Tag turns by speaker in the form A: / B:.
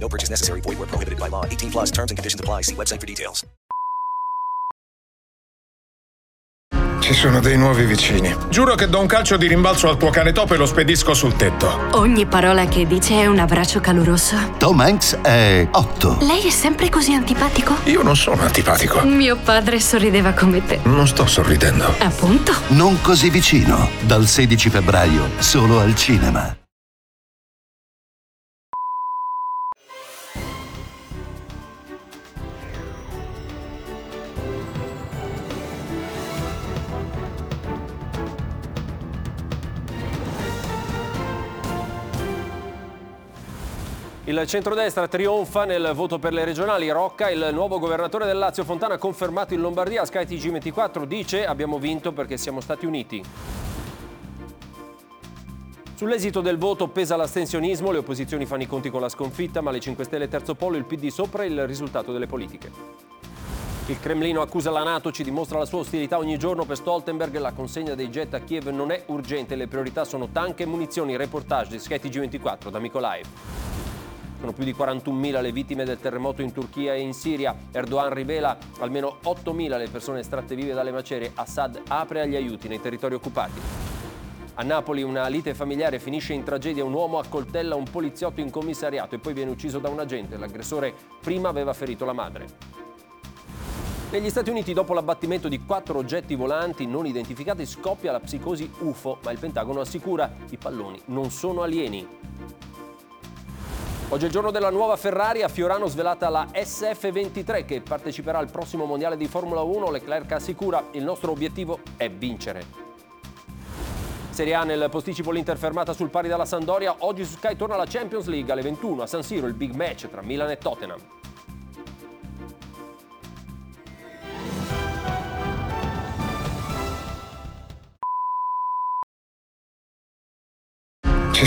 A: No purchase necessary. Void where prohibited by law. 18 plus terms and conditions apply. See website for details.
B: Ci sono dei nuovi vicini. Giuro che do un calcio di rimbalzo al tuo cane topo e lo spedisco sul tetto.
C: Ogni parola che dice è un abbraccio caloroso.
D: Tom Hanks è 8.
C: Lei è sempre così antipatico?
B: Io non sono antipatico.
C: Mio padre sorrideva come te.
D: Mm.
B: Non sto sorridendo.
C: Appunto.
D: Non così vicino. Dal 16 febbraio, solo al cinema.
E: Il centrodestra trionfa nel voto per le regionali. Rocca, il nuovo governatore del Lazio Fontana, confermato in Lombardia. Sky TG24 dice abbiamo vinto perché siamo stati uniti. Sull'esito del voto pesa l'astensionismo, le opposizioni fanno i conti con la sconfitta, ma le 5 Stelle terzo polo, il PD sopra il risultato delle politiche. Il Cremlino accusa la Nato, ci dimostra la sua ostilità ogni giorno per Stoltenberg, la consegna dei jet a Kiev non è urgente, le priorità sono tank e munizioni, reportage di Sky TG24 da Mikolaiv. Sono più di 41.000 le vittime del terremoto in Turchia e in Siria. Erdogan rivela almeno 8.000 le persone estratte vive dalle macerie. Assad apre agli aiuti nei territori occupati. A Napoli una lite familiare finisce in tragedia. Un uomo accoltella un poliziotto in commissariato e poi viene ucciso da un agente. L'aggressore prima aveva ferito la madre. Negli Stati Uniti, dopo l'abbattimento di quattro oggetti volanti non identificati, scoppia la psicosi UFO, ma il Pentagono assicura i palloni non sono alieni. Oggi è il giorno della nuova Ferrari, a Fiorano svelata la SF23 che parteciperà al prossimo mondiale di Formula 1. Leclerc assicura il nostro obiettivo è vincere. Serie A nel posticipo l'Inter fermata sul pari dalla Sandoria. Oggi su Sky torna la Champions League alle 21 a San Siro il big match tra Milan e Tottenham.
B: Ci